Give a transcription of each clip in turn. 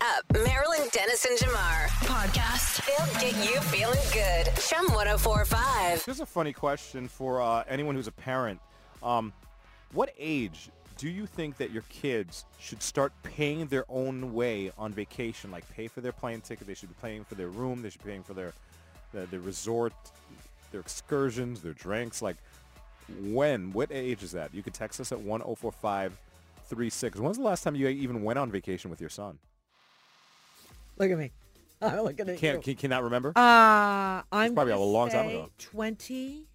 up. Marilyn Dennis and Jamar. Podcast. They'll get you feeling good. Chum 1045. Here's a funny question for uh, anyone who's a parent. Um, what age do you think that your kids should start paying their own way on vacation? Like pay for their plane ticket, they should be paying for their room, they should be paying for their their, their resort, their excursions, their drinks. Like when? What age is that? You can text us at 10453. When's the last time you even went on vacation with your son? Look at me. I'm looking at Can't you. can, cannot remember. Uh, I'm probably gonna a long time say ago. 20.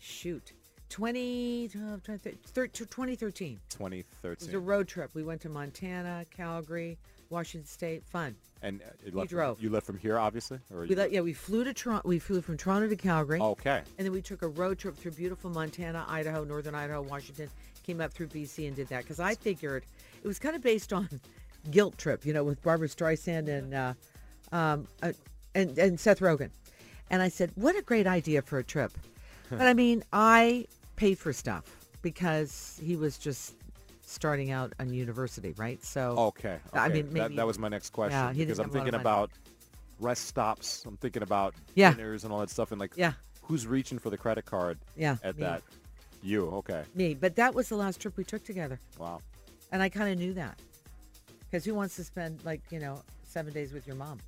Shoot. 20, 12, 20, 13, 2013. It was a 2013. road trip. We went to Montana, Calgary, Washington State. Fun. And uh, you left, drove. you left from here, obviously, or We you- let, yeah, we flew to Toronto. We flew from Toronto to Calgary. Okay. And then we took a road trip through beautiful Montana, Idaho, northern Idaho, Washington, came up through BC and did that because I figured it was kind of based on guilt trip, you know, with Barbara Streisand and uh, um, uh, and and Seth Rogen. And I said, what a great idea for a trip. but I mean, I paid for stuff because he was just starting out on university, right? So Okay. I okay. mean, that, maybe- that was my next question Yeah, he didn't because I'm have a lot of thinking money. about rest stops. I'm thinking about Yeah. dinners and all that stuff, and like, Yeah. who's reaching for the credit card? Yeah, At me. that, you okay? me. But that was the last trip we took together. Wow. And I kind of knew that. Because who wants to spend, like, you know, seven days with your mom?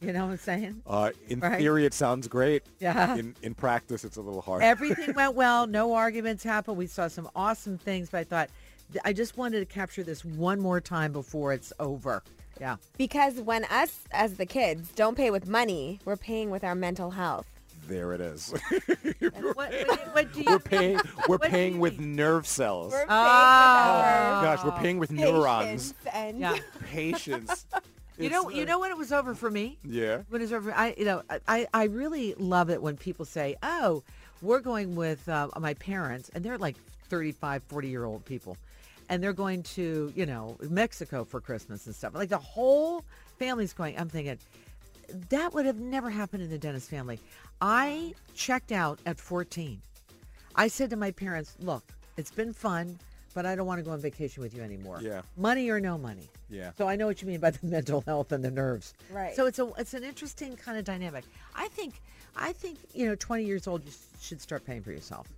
you know what I'm saying? Uh, in Right. theory, it sounds great. Yeah. In in practice, it's a little hard. Everything went well. No arguments happened. We saw some awesome things, but I thought, th- I just wanted to capture this one more time before it's over. Yeah. Because when us as the kids don't pay with money, we're paying with our mental health. there it is. What, what, what do you we're paying. We're What do paying you with mean? nerve cells. We're paying with Oh. our Gosh, we're paying with Ah. neurons. patience and Yeah. Patience. You It's know, you like- know when it was over for me? Yeah. When it was over, I, you know, I- I, I really love it when people say, oh, we're going with uh, my parents, and they're like 35, 40 year old people, and they're going to, you know, Mexico for Christmas and stuff. Like the whole family's going. I'm thinking, that would have never happened in the Dennis family. I checked out at 14. I said to my parents, look, it's been fun, but I don't want to go on vacation with you anymore. Yeah. Money or no money. Yeah. So I know what you mean by the mental health and the nerves. Right. So it's a it's an interesting kind of dynamic. I think I think you know, 20 years old, you s- should start paying for yourself.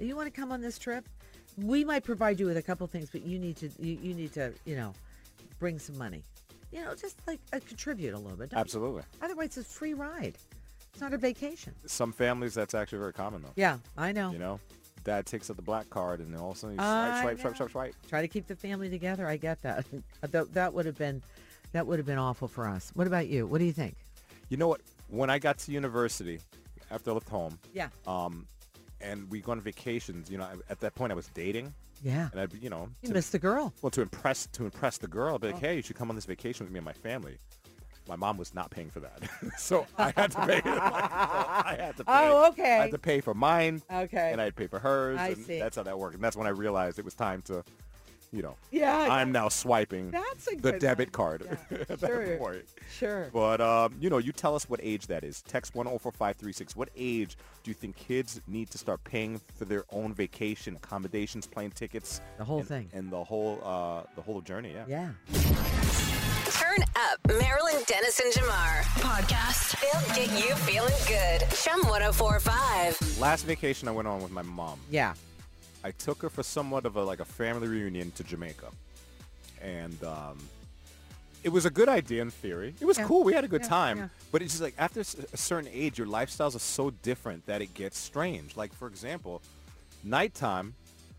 You want to come on this trip? We might provide you with a couple things, but you need to you, you need to you know bring some money. You know, just like uh, contribute a little bit. don't you? Absolutely. Otherwise, it's a free ride. It's not a vacation. Some families, that's actually very common though. Yeah, I know. You know, dad takes out the black card, and then all of a sudden, you Oh. I swipe, swipe, know. swipe, swipe, swipe. Try to keep the family together. I get that. that that would have been that would have been awful for us. What about you? What do you think? You know what? When I got to university, after I left home, Yeah. um, and we go on vacations, you know, I- at that point I was dating, yeah. and I'd be, you know, You Oh. Uh, to, missed the girl. well, to impress to impress the girl, I'd be like, hey, you should come on this vacation with me and my family. My mom was not paying for that, so I had to pay. I had to pay. Oh, okay. I had to pay for mine, Okay. and I had to pay for hers. I and see. That's how that worked, and that's when I realized it was time to, you know, Yeah. I'm now swiping That's a the good debit one. card Yeah, at sure. that point. sure. But um, you know, you tell us what age that is. Text 104536. What age do you think kids need to start paying for their own vacation accommodations, plane tickets, The whole and- thing. and the whole uh, the whole journey? Yeah. yeah. Turn up Marilyn Dennis and Jamar. Podcast. They'll get you feeling good. Chum 1045. Last vacation I went on with my mom. Yeah. I took her for somewhat of a like a family reunion to Jamaica, and um, it was a good idea in theory. It was Yeah. cool. We had a good Yeah, time. yeah. But it's just like after s- a certain age, your lifestyles are so different that it gets strange. Like for example, nighttime,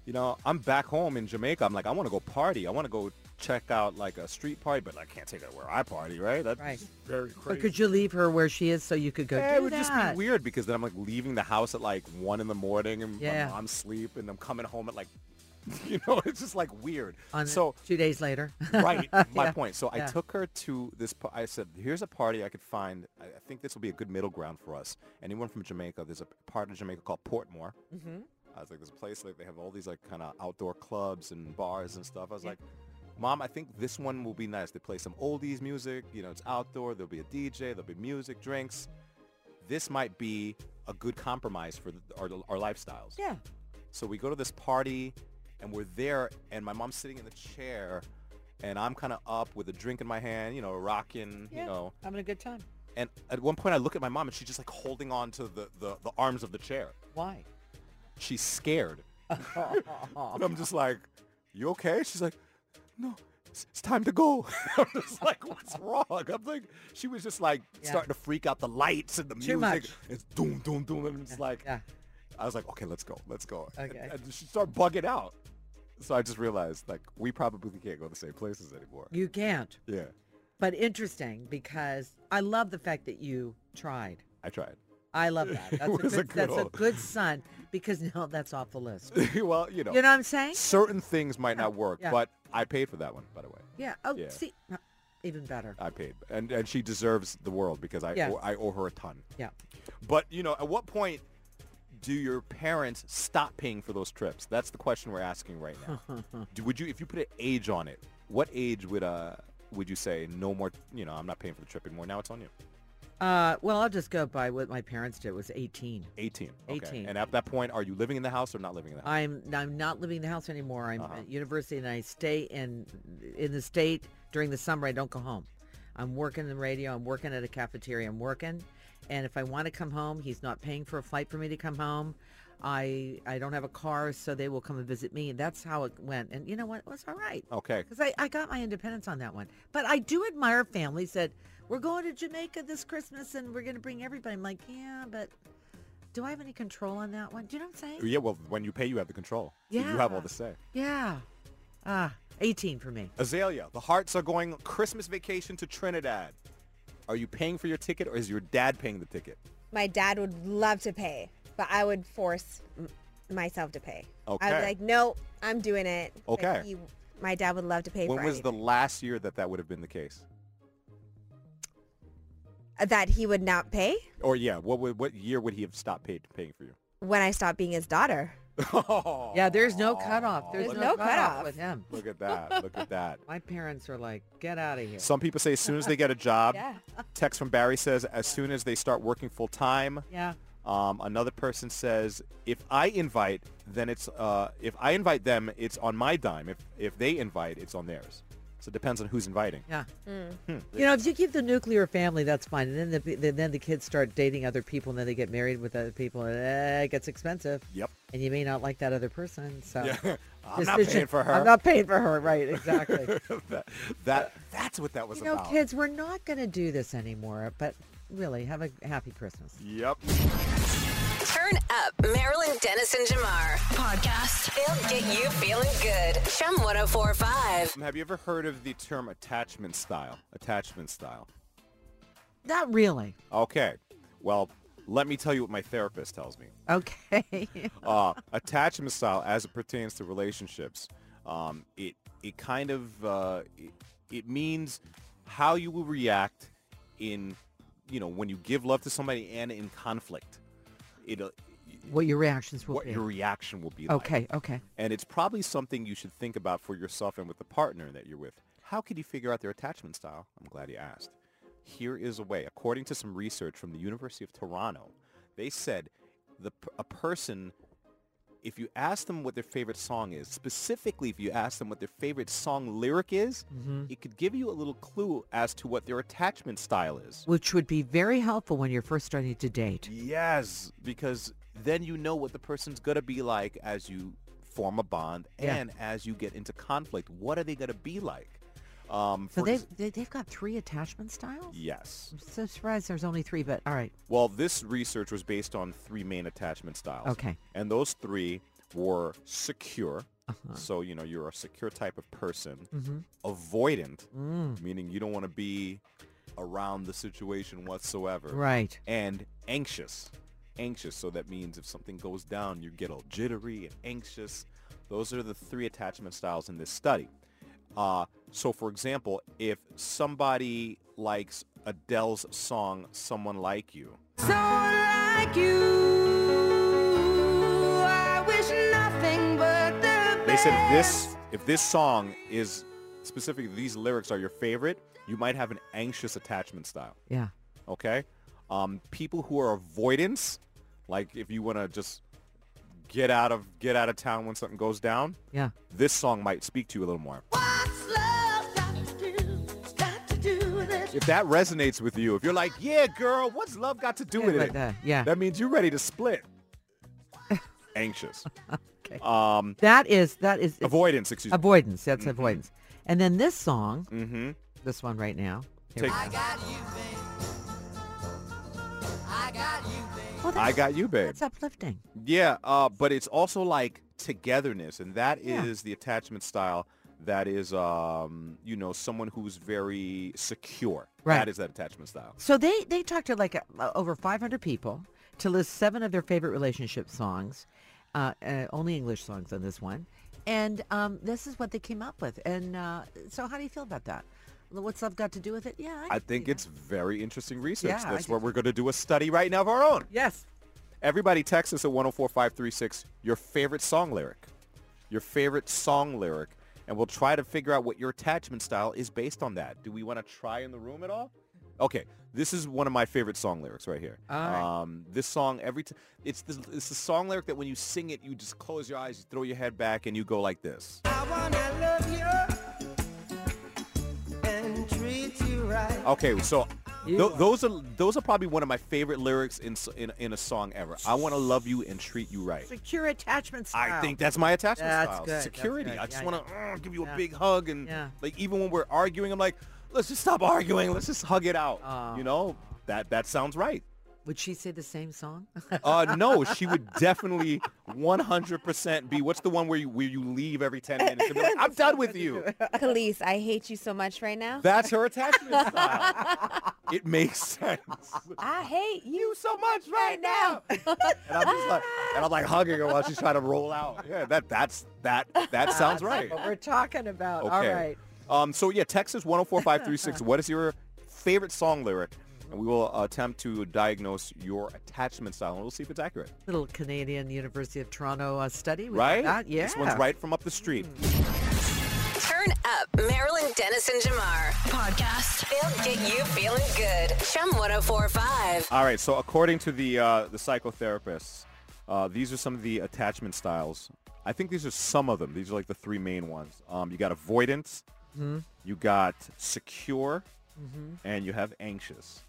you know, I'm back home in Jamaica. I'm like, I want to go party. I want to go check out like a street party, but I can't take her where I party, right? That's Right. very But crazy. could you leave her where she is so you could go Yeah, do it would just that? be weird because then I'm like leaving the house at like one in the morning and Yeah. my mom's sleep and I'm coming home at like, you know, it's just like weird. On so two days later. right, my Yeah, point. So yeah. I took her to this. pa- I said, here's a party I could find. I, I think this will be a good middle ground for us. Anyone from Jamaica? There's a part of Jamaica called Portmore. Mhm. I was like, there's a place like they have all these like kind of outdoor clubs and bars and stuff. I was like, Mom, I think this one will be nice. They play some oldies music. You know, it's outdoor. There'll be a DJ. There'll be music, drinks. This might be a good compromise for the, our, our lifestyles. yeah. So we go to this party and we're there and my mom's sitting in the chair and I'm kind of up with a drink in my hand, you know, rocking, you know. having a good time. And at one point I look at my mom and she's just like holding on to the, the, the arms of the chair. Why? She's scared. And I'm just like, you okay? She's like, no, it's, it's time to go. I'm just like, what's wrong? I'm like, she was just like Yeah. starting to freak out the lights and the Too music. much. It's doom, doom, doom. And I'm just like, yeah. I was like, okay, let's go. Let's go. And- Okay. And, she started bugging out. So I just realized like we probably can't go to the same places anymore. You can't. Yeah, But interesting because I love the fact that you tried. I tried. I love that. That's, a, was good, a good that's a old- good son because now that's off the list. well, you know, You know what I'm saying? certain things might not work, yeah. but I paid for that one, by the way. Yeah. Oh, Yeah. see, uh, even better. I paid, and and she deserves the world because I Yeah. owe, I owe her a ton. Yeah. But you know, at what point do your parents stop paying for those trips? That's the question we're asking right now. do, would you, if you put an age on it, what age would uh would you say no more? You know, I'm not paying for the trip anymore. Now it's on you. Uh, well, I'll just go by what my parents did. It was 18. 18. Okay. 18. And at that point, are you living in the house or not living in the house? I'm I'm not living in the house anymore. I'm Uh-huh. at university and I stay in in the state during the summer. I don't go home. I'm working in radio. I'm working at a cafeteria. I'm working, and if I want to come home, he's not paying for a flight for me to come home. I I don't have a car, so they will come and visit me. And that's how it went. And you know what? It was all right Uh, okay. because I, I got my independence on that one. But I do admire families that we're going to Jamaica this Christmas and we're going to bring everybody. I'm like, yeah, but do I have any control on that one? Do you know what I'm saying? Yeah. Well, when you pay, you have the control. So You have all Yeah. the say. Yeah. Ah, 18 for me. Azalea, the Hearts are going Christmas vacation to Trinidad. Are you paying for your ticket or is your dad paying the ticket? My dad would love to pay, but I would force m- myself to pay. I'd Okay. be like, no, I'm doing it. But Okay. he- my dad would love to pay When for was the anything. last year that that would have been the case? that he would not pay Or yeah, what would, what year would he have stopped paid, paying for you? when I stopped being his daughter. Yeah, there's no cutoff. There's, There's no, no cutoff. cutoff. with him. Look at that. Look at that. My parents are like, get out of here. Some people say as soon as they get a job. Yeah. Text from Barry says as soon as they start working full time. yeah. Um, another person says if I invite, then it's uh, if I invite them, it's on my dime. If if they invite, it's on theirs. So it depends on who's inviting. Yeah. You know, if you keep the nuclear family, that's fine. And then the then the kids start dating other people, and then they get married with other people, and eh, it gets expensive. Yep. And you may not like that other person, so Yeah. I'm This not is- paying for her. I'm not paying for her, right? Exactly. that, that that's what that was you know, about. kids, we're not going to do this anymore. But really, have a happy Christmas. Yep. Turn up Marilyn Dennis and Jamar podcast. They'll get you feeling good. oh Chum 1045. Have you ever heard of the term attachment style? Attachment style. Not really. Okay. Well, let me tell you what my therapist tells me. Okay. Uh, attachment style, as it pertains to relationships, um, it it kind of uh, it, it means how you will react in you know when you give love to somebody and in conflict. It uh, what your reactions will what be. your reaction will be like. okay. Okay. And it's probably something you should think about for yourself and with the partner that you're with. How could you figure out their attachment style? I'm glad you asked. Here is a way. According to some research from the University of Toronto, they said the, p- a person, if you ask them what their favorite song is, specifically if you ask them what their favorite song lyric is, it could give you a little clue as to what their attachment style is. Which would be very helpful when you're first starting to date. Yes, because then you know what the person's gonna be like as you form a bond Yeah. and as you get into conflict. What are they gonna be like? Um, So for they've, ex- they, they've got three attachment styles? yes. I'm so surprised there's only three, but all right. Well, this research was based on three main attachment styles. Okay. And those three were secure. Uh-huh. So, you know, you're a secure type of person. Mm-hmm. Avoidant, Mm. meaning you don't want to be around the situation whatsoever. Right. and anxious. Anxious, so that means if something goes down, you get all jittery and anxious. Those are the three attachment styles in this study. Uh, so, for example, if somebody likes Adele's song "Someone Like You," So like you, I wish nothing but the they said if this if this song is specifically these lyrics are your favorite, you might have an anxious attachment style. Yeah. okay? Um, people who are avoidance, like if you want to just get out of get out of town when something goes down, Yeah. this song might speak to you a little more. What's love If that resonates with you, if you're like, yeah, girl, what's love got to do with but, it? uh, yeah. That means you're ready to split. Anxious. Okay. Um, That is that is it's avoidance, Mm-hmm. excuse me. avoidance. That's avoidance. And then this song, Mm-hmm. this one right now. Here Take- we go. Well, I that's- got you, babe. That's uplifting. Yeah, uh, but it's also like togetherness, and that is Yeah. the attachment style that is, um, you know, someone who's very secure. Right. That is that attachment style. So they they talked to like uh, over 500 people to list seven of their favorite relationship songs, uh, uh, only English songs on this one, and um, this is what they came up with. And uh, so, how do you feel about that? What's love got to do with it? Yeah, I can think see it's very interesting research. Yeah, I That's do what we're going to do a study right now of our own. that. yes. Everybody text us at 104536 your favorite song lyric. Your favorite song lyric. And we'll try to figure out what your attachment style is based on that. Do we want to try in the room at all? Okay, this is one of my favorite song lyrics right here. All right. Um, this song, every time, it's the, it's the song lyric that when you sing it, you just close your eyes, you throw your head back, and you go like this. Okay, so You tho- are- those are those are probably one of my favorite lyrics in s- in, in a song ever. I want to love you and treat you right. Secure attachment style. I think that's my attachment That's style. good, that's Security. good. I just Yeah, want to give you a Yeah. big hug and Yeah. like even when we're arguing, I'm like, let's just stop arguing. Let's just hug it out. Aw. You know, that that sounds right. Would she say the same song? Uh, no, she would definitely 100% be. What's the one where you where you leave every 10 minutes? And be like, I'm done with you. Khalees, I hate you so much right now. That's her attachment style. It makes sense. I hate you. You so much right now. And I'm just like, and I'm like hugging her while she's trying to roll out. Yeah, that that's that that sounds right. what we're talking about. Okay. All right. Um, so yeah, Texas 104536. what is your favorite song lyric? And we will attempt to diagnose your attachment style, and we'll see if it's accurate. Little Canadian University of Toronto uh, study. We got Right? That. Yeah. This one's right from up the street. Turn up Marilyn Dennis and Jamar. Podcast. They'll get you feeling good. oh Chum 1045. All right. So according to the uh, the psychotherapists, uh, these are some of the attachment styles. I think these are some of them. These are like the three main ones. Um, you got avoidance, you got secure, and you have anxious.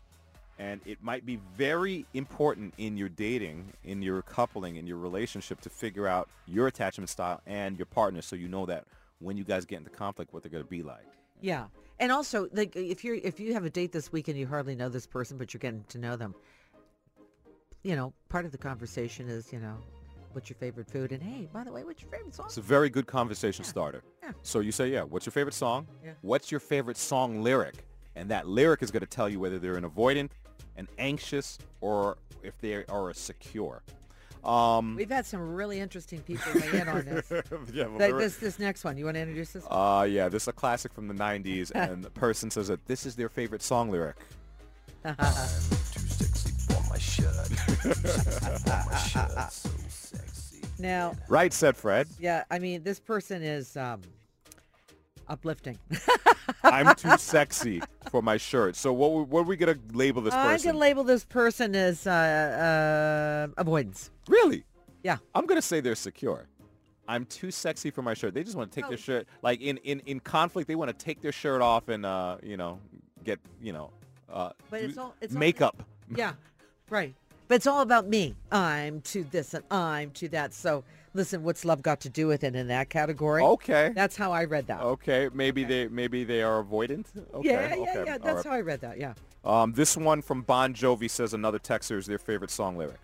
And it might be very important in your dating, in your coupling, in your relationship to figure out your attachment style and your partner so you know that when you guys get into conflict, what they're going to be like. Yeah, and also like if you're if you have a date this week and you hardly know this person, but you're getting to know them, you know, part of the conversation is you know, what's your favorite food? And hey, by the way, what's your favorite song? It's a very good conversation starter. Yeah. So you say, yeah, what's your favorite song? Yeah. What's your favorite song lyric? And that lyric is going to tell you whether they're an avoidant, an anxious, or if they are a secure. Um, We've had some really interesting people weigh in on this. yeah, well, Like very- this this next one, you want to introduce this? Uh, yeah, this is a classic from the 90s, and the person says that this is their favorite song lyric. now, Right, said Fred. yeah, I mean, this person is um, uplifting. I'm too sexy for my shirt. So what, we- what are we going to label this I'm person? gonna label this person as uh, uh, avoidance. really? Yeah. I'm gonna say they're secure. I'm too sexy for my shirt. They just want to take Oh. their shirt, like in, in, in conflict, they want to take their shirt off and uh, you know, get you know, uh, But do it's all- it's all- makeup. Yeah, right. But it's all about me. I'm to this and I'm to that. So listen, what's love got to do with it in that category? Okay, That's how I read that. okay, maybe they maybe they are avoidant. Oh, Okay, yeah, yeah, okay. yeah. all That's right. how I read that. Yeah. Um, this one from Bon Jovi says another texter is their favorite song lyric.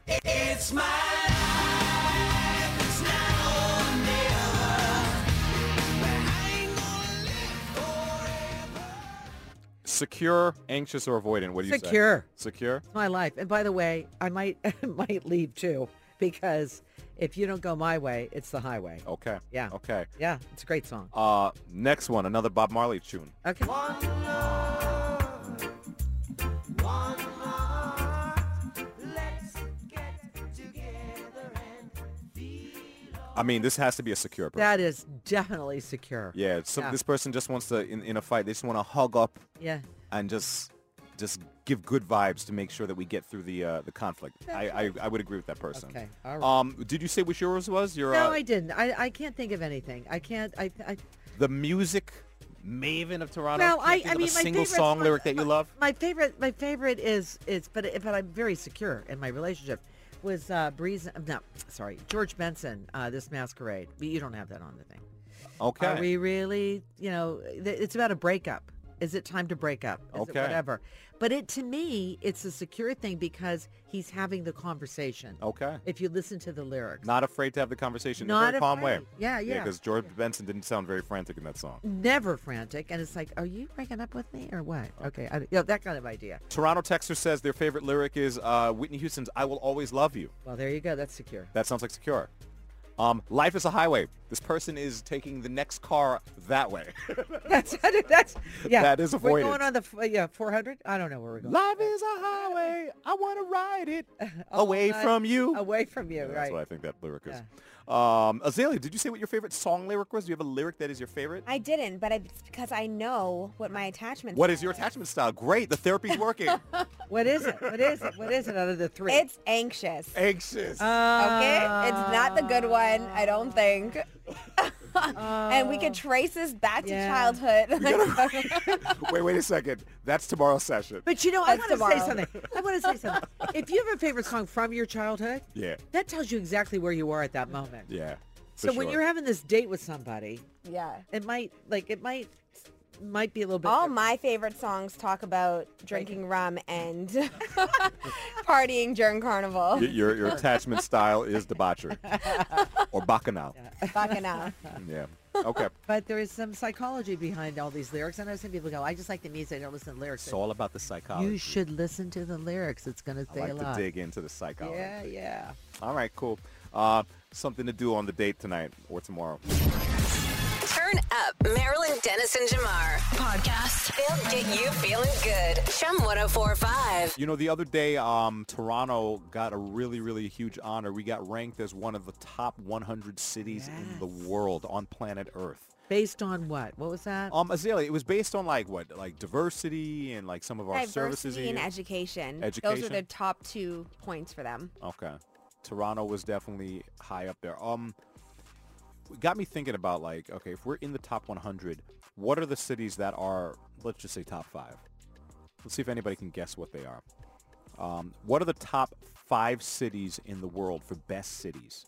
Secure, anxious, or avoidant? What do you Secure. say? Secure. Secure. It's my life. And by the way, I might might leave too because if you don't go my way, it's the highway. Okay. Yeah. Okay. Yeah, it's a great song. Uh, next one, another Bob Marley tune. Okay. I mean, this has to be a secure person. That is definitely secure. yeah, so yeah. This person just wants to, in, in a fight, they just want to hug up Yeah. and just just give good vibes to make sure that we get through the uh, the conflict. I, I I would agree with that person. Okay, all right. Um, did you say which yours was? Your No, uh, I didn't. I, I can't think of anything. I can't. I, I the music maven of Toronto? No, Can't I, think I of mean, a my single favorite uh, song my- lyric that my- you love. My favorite, my favorite is is, but it- but I'm very secure in my relationship. Was uh, Breeze? No, sorry, George Benson. Uh, this masquerade. But you don't have that on the thing. Okay. Are we really? You know, th- it's about a breakup. Is it time to break up? Is Okay. It whatever. But it to me, it's a secure thing because he's having the conversation. Okay. If you listen to the lyrics. Not afraid to have the conversation in a Not very calm way. afraid. Yeah, Mm. yeah. Because George Benson didn't sound very frantic in that song. Never frantic, and it's like, are you breaking up with me or what? Oh. Okay, I, you know, that kind of idea. Toronto Texter says their favorite lyric is uh, Whitney Houston's I Will Always Love You. Well, there you go. That's secure. That sounds like secure. Um, life is a highway. This person is taking the next car that way. That's that's yeah. That is We're avoided. going on the f- uh, yeah 400. I don't know where we're going. Life is a highway. I want to ride it away Uh, from you. Away from you, Yeah, that's right? what I think that lyric is. Um, Azalea, did you say what your favorite song lyric was? Do you have a lyric that is your favorite? I didn't, but it's because I know what my attachment. What is your attachment style? Great, the therapy's working. What is it? What is it? What is it out of the three? It's anxious. Okay, it's Anxious. not the good one, I don't think. and we could trace this back Yeah. to childhood. wait, wait a second. That's tomorrow's session. But you know, I That's want to say tomorrow. something. I want to say something. if you have a favorite song from your childhood, Yeah, that tells you exactly where you were at that moment. yeah. so for when sure. you're having this date with somebody, yeah. it might like it might might be a little bit. All different. Oh, my favorite songs talk about drinking rum and partying during carnival. Y- your your attachment style is debauchery or bacchanal. Fucking up. Yeah. Okay. But there is some psychology behind all these lyrics. I know some people go, "I just like the music. I don't listen to lyrics." It's all about the psychology. you should listen to the lyrics. It's going to I say like a to lot. dig into the psychology. Yeah, yeah. All right, cool. Uh, something to do on the date tonight or tomorrow. Turn up Marilyn Dennis and Jamar. Podcast. They'll get you feeling good. oh Chum 1045. You know, the other day, um, Toronto got a really, really huge honor. We got ranked as one of the top 100 cities in the world on planet Earth. Based on what? What was that? Um, Azalea, it was based on like what, like diversity and like some of our services. Diversity and here. education. Those Education. are the top two points for them. Okay. Toronto was definitely high up there. Um, it got me thinking about like, okay, if we're in the top 100, what are the cities that are, let's just say top five? Let's see if anybody can guess what they are. Um, what are the top five cities in the world for best cities?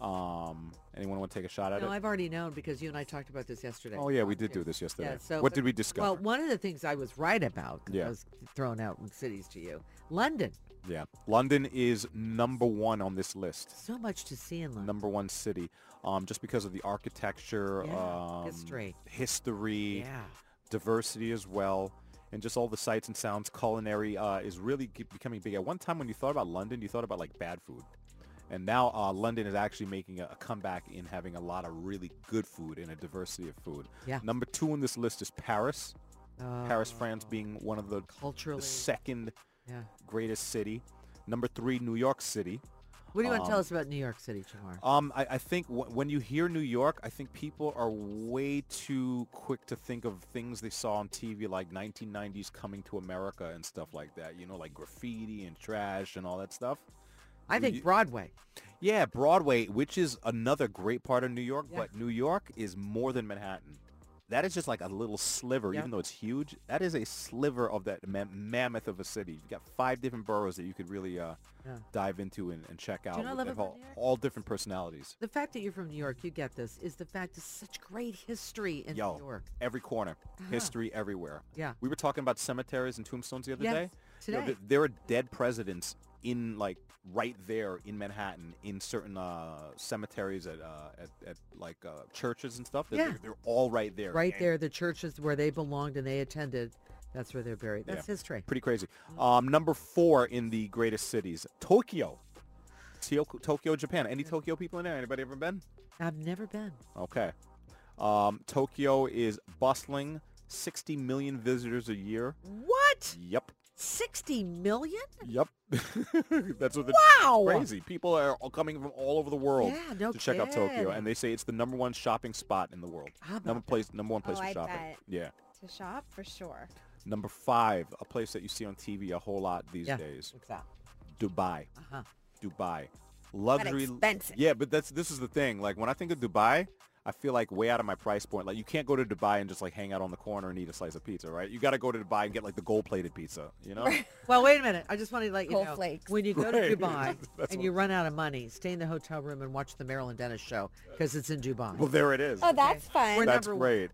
Um, anyone want to take a shot at no, it? I've already known because you and I talked about this yesterday. Oh yeah, we did do this yesterday. Yeah, so what but- did we discuss? Well, one of the things I was right about 'cause Yeah. I was thrown out in cities to you. London, yeah, London is number one on this list. so much to see in London. number one city, um, just because of the architecture, Yeah, um, history. history, yeah. diversity as well, and just all the sights and sounds. Culinary uh, is really ge- becoming big. At one time, when you thought about London, you thought about like bad food, and now uh, London is actually making a, a comeback in having a lot of really good food and a diversity of food. Yeah. Number two on this list is Paris. Paris, France, being one of the, Oh, Culturally. the second Yeah. greatest city. Number three, New York City. What do you want to tell us about New York City, Jamar? Um, I, I think w- when you hear New York, I think people are way too quick to think of things they saw on TV, like 1990s coming to America and stuff like that. You know, like graffiti and trash and all that stuff. I think you- Broadway. Yeah, Broadway, which is another great part of New York, Yeah. but New York is more than Manhattan. That is just like a little sliver, Yeah. even though it's huge. That is a sliver of that ma- mammoth of a city. You've got five different boroughs that you could really uh, Yeah. dive into and, and check out. not with- love they have about all, New York? all different personalities. The fact that you're from New York, you get this, is the fact is such great history in Yo, New York. every corner, Ah. history everywhere. Yeah. We were talking about cemeteries and tombstones the other Yes, day. You know, today. th- there are dead presidents in like right there in Manhattan in certain uh, cemeteries at, uh, at, at like uh, churches and stuff. They're, Yeah. they're, they're all right there. Right and there, the churches where they belonged and they attended, that's where they're buried. That's history. Pretty crazy. Um, number four in the greatest cities, Tokyo. Tio- Tokyo, Japan. Any Tokyo people in there? Anybody ever been? I've never been. Okay. Um, Tokyo is bustling. 60 million visitors a year. What? Yep. 60 million? Yep. That's what the Wow. crazy. People are all coming from all over the world Yeah, no to check out Tokyo kidding. and they say it's the number one shopping spot in the world. How about number place number one place Oh, for I shopping. bet. Yeah. To shop for sure. Number 5, a place that you see on TV a whole lot these yeah. days. What's that? Dubai. Uh-huh. Dubai. Luxury expensive. Yeah, but that's this is the thing. Like when I think of Dubai, I feel like way out of my price point. Like you can't go to Dubai and just like hang out on the corner and eat a slice of pizza, right? You got to go to Dubai and get like the gold-plated pizza, you know? Well, wait a minute. I just want to let you Gold know flakes. when you go Right. to Dubai That's and what- you run out of money, stay in the hotel room and watch the Marilyn Dennis show because it's in Dubai. well, there it is. Oh, that's fun. We're That's number great.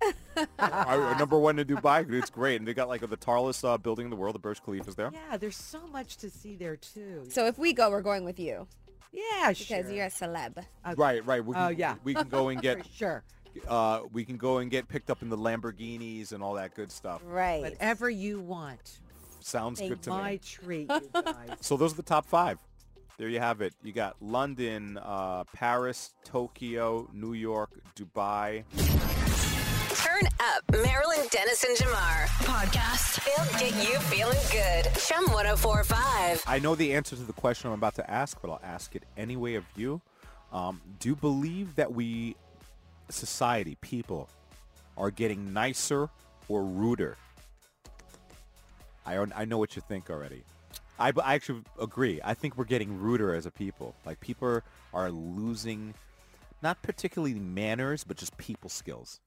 I- number one in Dubai, dude, it's great. And they got like the tallest uh, building in the world, the Burj Khalifa's there. yeah, there's so much to see there too. So if we go, we're going with you yeah, because sure. you're a celeb. Right, right. We can, Oh, yeah. We can go and get sure. uh, we can go and get picked up in the Lamborghinis and all that good stuff. Right. Whatever you want. Sounds good to My me. treat, you guys. So those are the top five. There you have it. You got London, uh, Paris, Tokyo, New York, Dubai. Turn up Marilyn Dennis and Jamar. Podcast. It'll get you feeling good. oh Chum 1045. I know the answer to the question I'm about to ask, but I'll ask it anyway of you. Um, do you believe that we, society, people, are getting nicer or ruder? I, al- I know what you think already. I, b- I actually agree. I think we're getting ruder as a people. Like people are, are losing, not particularly manners, but just people skills.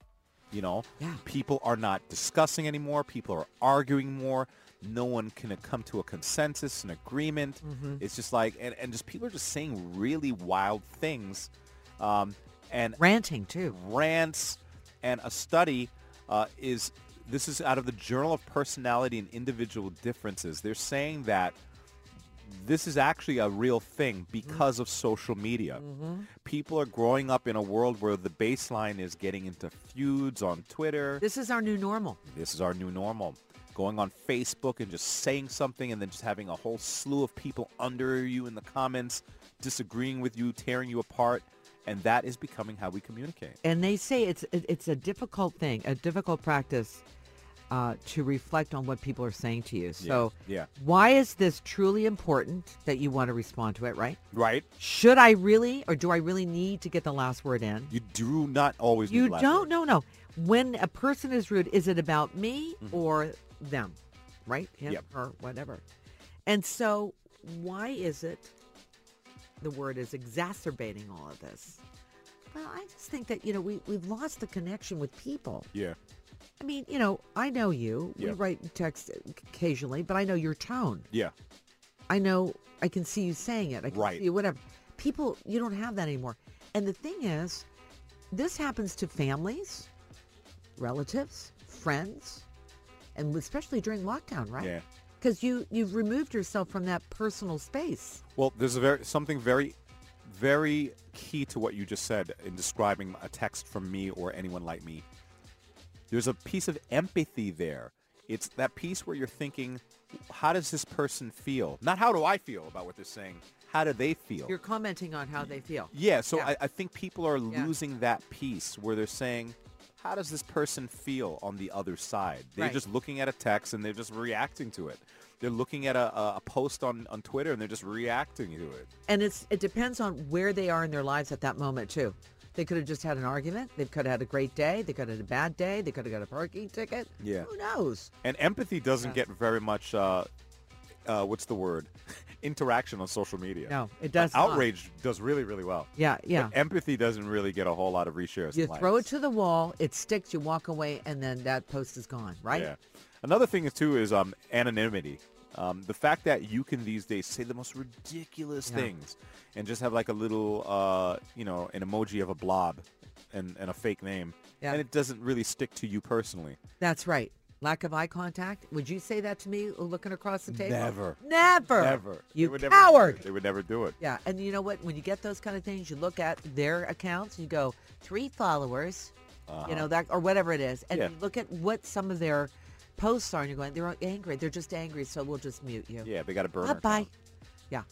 You know, Yeah. people are not discussing anymore. People are arguing more. No one can come to a consensus, an agreement. It's just like, and, and just people are just saying really wild things. Um, and Ranting too. rants and a study uh, is this is out of the journal of personality and individual differences they're saying that this is actually a real thing because of social media people are growing up in a world where the baseline is getting into feuds on twitter This is our new normal. this is our new normal going on facebook and just saying something and then just having a whole slew of people under you in the comments disagreeing with you tearing you apart and that is becoming how we communicate and they say it's it- it's a difficult thing, a difficult practice uh, to reflect on what people are saying to you. So, yeah. why is this truly important that you want to respond to it? Right? right Should I really, or do I really need to get the last word in? You do not always. You need last don't. word. No, no. When a person is rude, is it about me or them? Right? Him Mm-hmm. Yep. or whatever. And so, why is it the word is exacerbating all of this? Well, I just think that, you know, we, we've lost the connection with people. Yeah. I mean, you know, I know you. We Yeah. write text occasionally, but I know your tone. Yeah. I know I can see you saying it. I can Right. see you, whatever. People, you don't have that anymore. And the thing is, this happens to families, relatives, friends, and especially during lockdown, right? Yeah. Because you you've removed yourself from that personal space. Well, there's a very something very, very key to what you just said in describing a text from me or anyone like me. There's a piece of empathy there. It's that piece where you're thinking, how does this person feel? Not how do I feel about what they're saying. How do they feel? You're commenting on how they feel. Yeah, so Yeah. I, I think people are Yeah. losing that piece where they're saying, how does this person feel on the other side? They're Right. just looking at a text and they're just reacting to it. They're looking at a, a, a post on, on Twitter and they're just reacting to it. And it's it depends on where they are in their lives at that moment too. They could have just had an argument. They could have had a great day. They could have had a bad day. They could have got a parking ticket. Yeah. Who knows? And empathy doesn't get very much, uh, uh, what's the word, interaction on social media. No, it does not. Outrage does really, really well. Yeah, yeah. But empathy doesn't really get a whole lot of reshares. You and throw it likes. to the wall, it sticks, you walk away, and then that post is gone, right? Yeah. Another thing is too is um, anonymity. Um, the fact that you can these days say the most ridiculous Yeah. things and just have like a little, uh, you know, an emoji of a blob and, and a fake name, Yeah. and it doesn't really stick to you personally. That's right. Lack of eye contact. Would you say that to me looking across the table? Never. Never. Never. You They would never do it. coward. They would never do it. yeah. And you know what? When you get those kind of things, you look at their accounts, you go, three followers, Uh-huh. you know, that or whatever it is. And Yeah. you look at what some of their posts are, and you're going, they're angry. They're just angry, so we'll just mute you. Yeah, they got a burner. Bye bye. account. Yeah.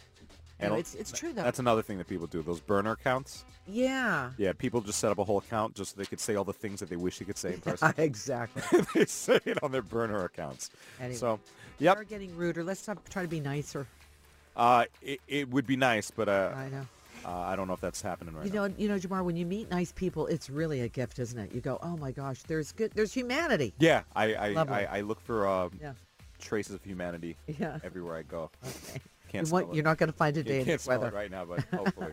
And No, al- it's, it's true, though. That's another thing that people do. Those burner accounts. yeah. Yeah, people just set up a whole account just so they could say all the things that they wish they could say in person. exactly. they say it on their burner accounts. Anyway. So, yep. We're getting ruder. Let's stop, try to be nicer. Uh, it, it would be nice, but uh, I know. uh, I don't know if that's happening right You know, you know, Jamar. When you meet nice people, it's really a gift, isn't it? You go, oh my gosh, there's good, there's humanity. now. Yeah, I I, Lovely. I, I look for um, Yeah, traces of humanity Yeah. everywhere I go. Can't you smell want, it. you're not going to find a Yeah, day in can't this smell weather. it right now, but hopefully.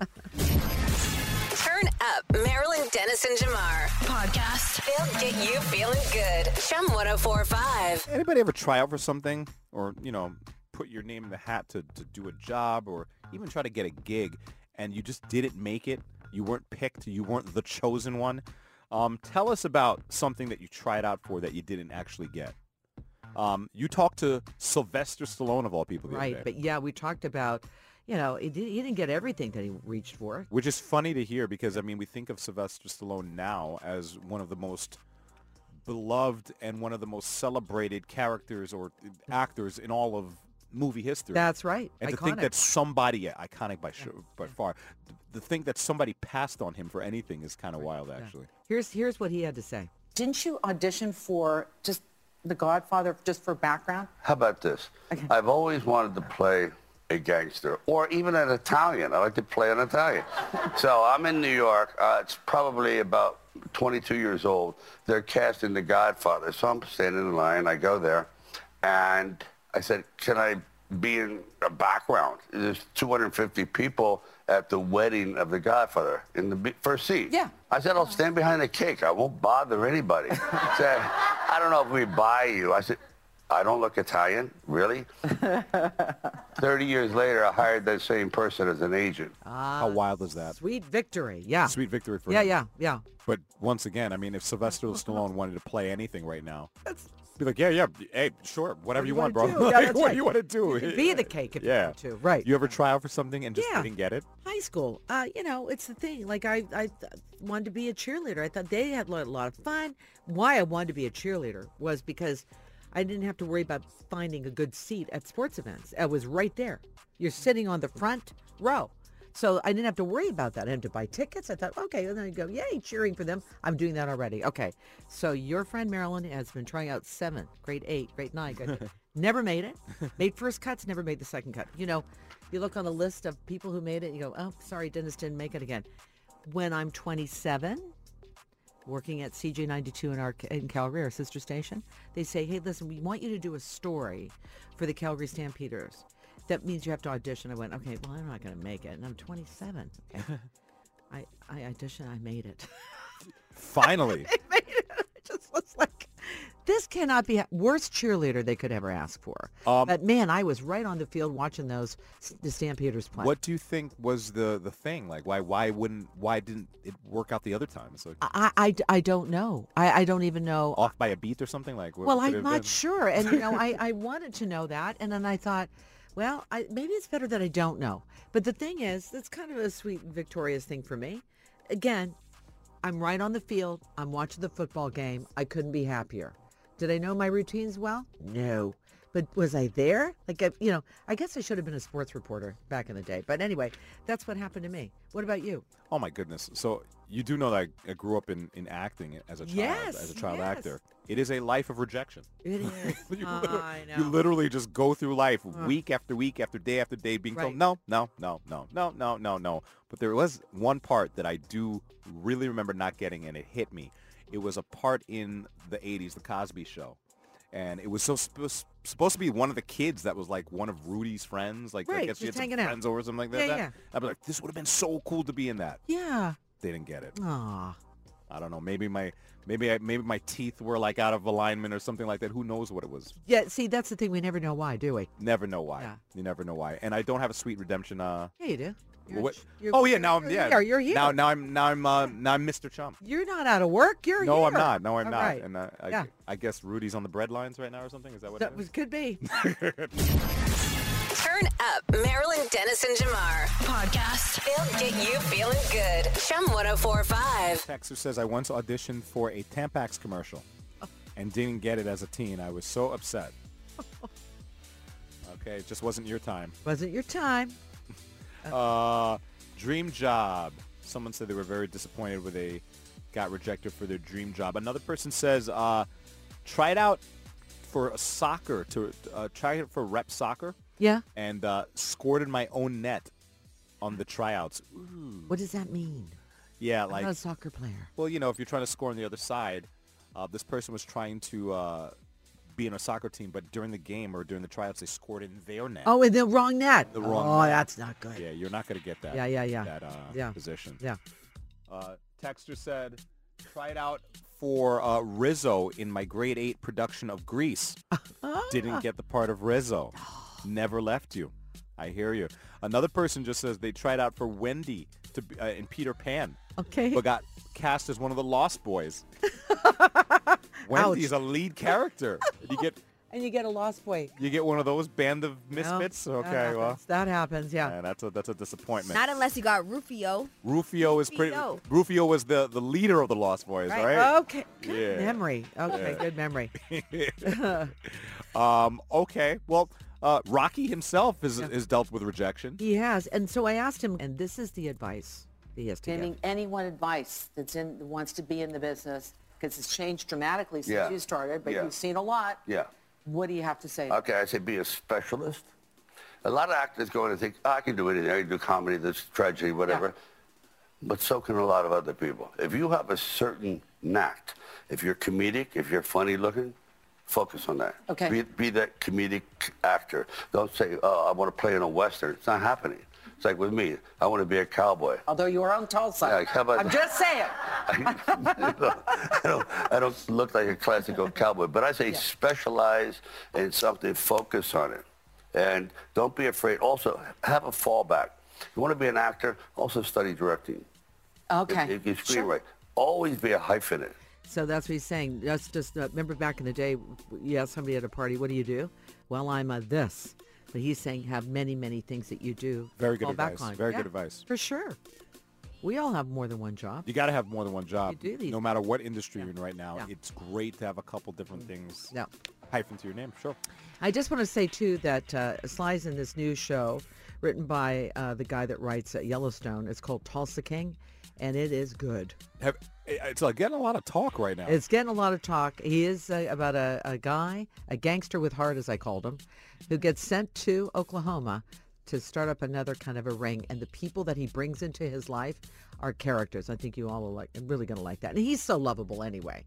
Turn Up, Marilyn Dennis and Jamar podcast. They'll get you feeling good. oh Chum 1045. Anybody ever try out for something or, you know, put your name in the hat to, to do a job or even try to get a gig and you just didn't make it? You weren't picked. You weren't the chosen one. Um, tell us about something that you tried out for that you didn't actually get. Um, you talked to Sylvester Stallone of all people, the other Right. day, But yeah, we talked about, you know, he, did, he didn't get everything that he reached for. which is funny to hear because I mean we think of Sylvester Stallone now as one of the most beloved and one of the most celebrated characters or actors in all of movie history. That's right. and Iconic. to think that somebody yeah, iconic by sure, by far, to think that somebody passed on him for anything is kind of wild, actually. here's here's what he had to say. Didn't you audition for just The Godfather just for background? How about this? I've always wanted to play a gangster or even an Italian. I like to play an Italian. so I'm in New York. Uh, it's probably about 22 years old. They're casting The Godfather. So I'm standing in line. I go there. And I said, can I be in a background? There's 250 people at the wedding of The Godfather in the be- first seat. Yeah. I said, I'll stand behind the cake. I won't bother anybody. said, I don't know if we buy you. I said, I don't look Italian, really? 30 years later, I hired that same person as an agent. How wild is that? Uh, Sweet victory. Yeah. Sweet victory for Yeah, him. yeah, yeah. But once again, I mean, if Sylvester Stallone wanted to play anything right now, be like, yeah, yeah, hey, sure, whatever you, want, wanna bro. do? Yeah, Like, that's what right. do you want to do? You can be the cake if you yeah. want to, right. You ever try out for something and just Yeah. didn't get it? High school. Uh, you know, it's the thing. Like I, I th- wanted to be a cheerleader. I thought they had a lot, a lot of fun. Why I wanted to be a cheerleader was because I didn't have to worry about finding a good seat at sports events. I was right there. You're sitting on the front row. So I didn't have to worry about that. I didn't have to buy tickets. I thought, okay, and then I go, yay, cheering for them. I'm doing that already. Okay. So your friend Marilyn has been trying out seven, grade eight, grade nine, grade never made it. Made first cuts, never made the second cut. You know, you look on the list of people who made it, you go, oh, sorry, Dennis didn't make it again. When I'm 27, working at CJ92 in our in Calgary, our sister station, they say, "Hey, listen, we want you to do a story for the Calgary Stampeders. That means you have to audition." I went, "Okay, well, I'm not going to make it, and I'm 27." Okay. I I auditioned, I made it. Finally. I just was like, "This cannot be worst cheerleader they could ever ask for." Um, but man, I was right on the field watching those the Stampeders play. what do you think was the the thing? Like, why why wouldn't why didn't it work out the other time? It's like I, I, I don't know. I, I don't even know. off by a beat or something. Like, what Well, could it I'm have not been? sure. And, you know, I, I wanted to know that. And then I thought, well, I, maybe it's better that I don't know. But the thing is, that's kind of a sweet, victorious thing for me. Again, I'm right on the field. I'm watching the football game. I couldn't be happier. Did I know my routines well? No. But was I there? Like, I- you know, I guess I should have been a sports reporter back in the day. But anyway, that's what happened to me. What about you? Oh my goodness! So you do know that I- I grew up in in acting as a child, Yes, as a child yes. Uh-huh, actor. It is a life of rejection. It is. You, literally, I know. you literally just go through life week after week after day after day being Uh-huh. Right. told no, no, no, no, no, no, no, no. But there was one part that I do really remember not getting and it hit me. It was a part in the 80s, The Cosby Show. And it was so supposed supposed to be one of the kids that was like one of Rudy's friends. Like I Right, guess he just had some hanging out. friends over or something like that. Yeah, that. yeah. I'd be like, this would have been so cool to be in that. yeah. They didn't get it. Aw. I don't know. Maybe my maybe I, maybe my teeth were like out of alignment or something like that. Who knows what it was? Yeah, see, that's the thing. We never know why, do we? Never know why. Yeah. You never know why. And I don't have a sweet redemption. Uh, Yeah, you do. You're- what? you're- oh yeah, now I'm you're yeah. Here, you're here. Now now I'm now I'm uh, now I'm Mr. Chump. you're not out of work. You're No, here. I'm not. No, I'm All not. right. And uh, I, Yeah. I guess Rudy's on the bread lines right now or something. Is that what? that it was, is? could be. Turn up Marilyn Dennis and Jamar podcast. They'll get you feeling good. oh Chum 1045. Texter says I once auditioned for a Tampax commercial, and didn't get it as a teen. I was so upset. okay, it just wasn't your time. Wasn't your time. Uh, dream job. Someone said they were very disappointed when they got rejected for their dream job. Another person says, uh, try it out for a soccer to uh, try it for rep soccer Yeah. and uh, scored in my own net on the tryouts. What does that mean? Yeah, I'm not a like soccer player. well, you know, if you're trying to score on the other side, uh, this person was trying to uh, be in a soccer team, but during the game or during the tryouts, they scored in their net. Oh, and the wrong net. The wrong Oh, net. that's not good. Yeah, you're not going to get that. Yeah, yeah, yeah. That uh, Yeah. position. Yeah. Uh, Texter said, tried out for uh, Rizzo in my grade 8 production of Grease. Didn't get the part of Rizzo. Never left you. I hear you. Another person just says they tried out for Wendy to be, uh, in Peter Pan, Okay. but got cast as one of the Lost Boys. Wendy's a lead character. You get And you get a lost boy. you get one of those band of No, misfits. Oh, that okay, well, happens. That happens, yeah. yeah, that's a that's a disappointment. Not unless you got Rufio. Rufio is E pretty. Rufio. Rufio was the the leader of the Lost Boys, right? Right. Okay. Good Yeah. memory. Okay, good memory. Um, okay. Well, uh, Rocky himself is is dealt with rejection. He has. And so I asked him, and this is the advice he has to give. Giving anyone advice that's in that wants to be in the business because it's changed dramatically since Yeah. you started, but Yeah. you've seen a lot. Yeah. What do you have to say? Okay, I say be a specialist. A lot of actors go in and think, "Oh, I can do anything. I can do comedy, this tragedy, whatever. But so can a lot of other people. If you have a certain knack, if you're comedic, if you're funny looking, focus on that. Okay. Be, be that comedic actor. Don't say, oh, I want to play in a Western. It's not happening. It's like with me. I want to be a cowboy. Although you are on Tulsa. Yeah, how about I'm that? just saying. I, don't, I don't look like a classical cowboy, but I say specialize in something, focus on it. And don't be afraid. Also, have a fallback. You want to be an actor, also study directing. Okay. If you Sure. screenwrite, always be a hyphenate. So that's what he's saying. That's just, uh, remember back in the day, you had somebody at a party, what do you do? Well, I'm a this. But he's saying have many, many things that you do. Very good fall advice. Back on. Very Yeah, good advice. For sure. We all have more than one job. You got to have more than one job. You do these- no matter what industry you're in right now, Yeah. Mm. it's great to have a couple different things Yeah. hyphen to your name. Sure. I just want to say too that uh, Sly's in this new show written by uh, the guy that writes at Yellowstone. It's called Tulsa King, and it is good. Have, it- it's like getting a lot of talk right now. It's getting a lot of talk. He is uh, about a, a guy, a gangster with heart, as I called him, who gets sent to Oklahoma to start up another kind of a ring. And the people that he brings into his life are characters. I think you all are like really going to like that. And he's so lovable anyway.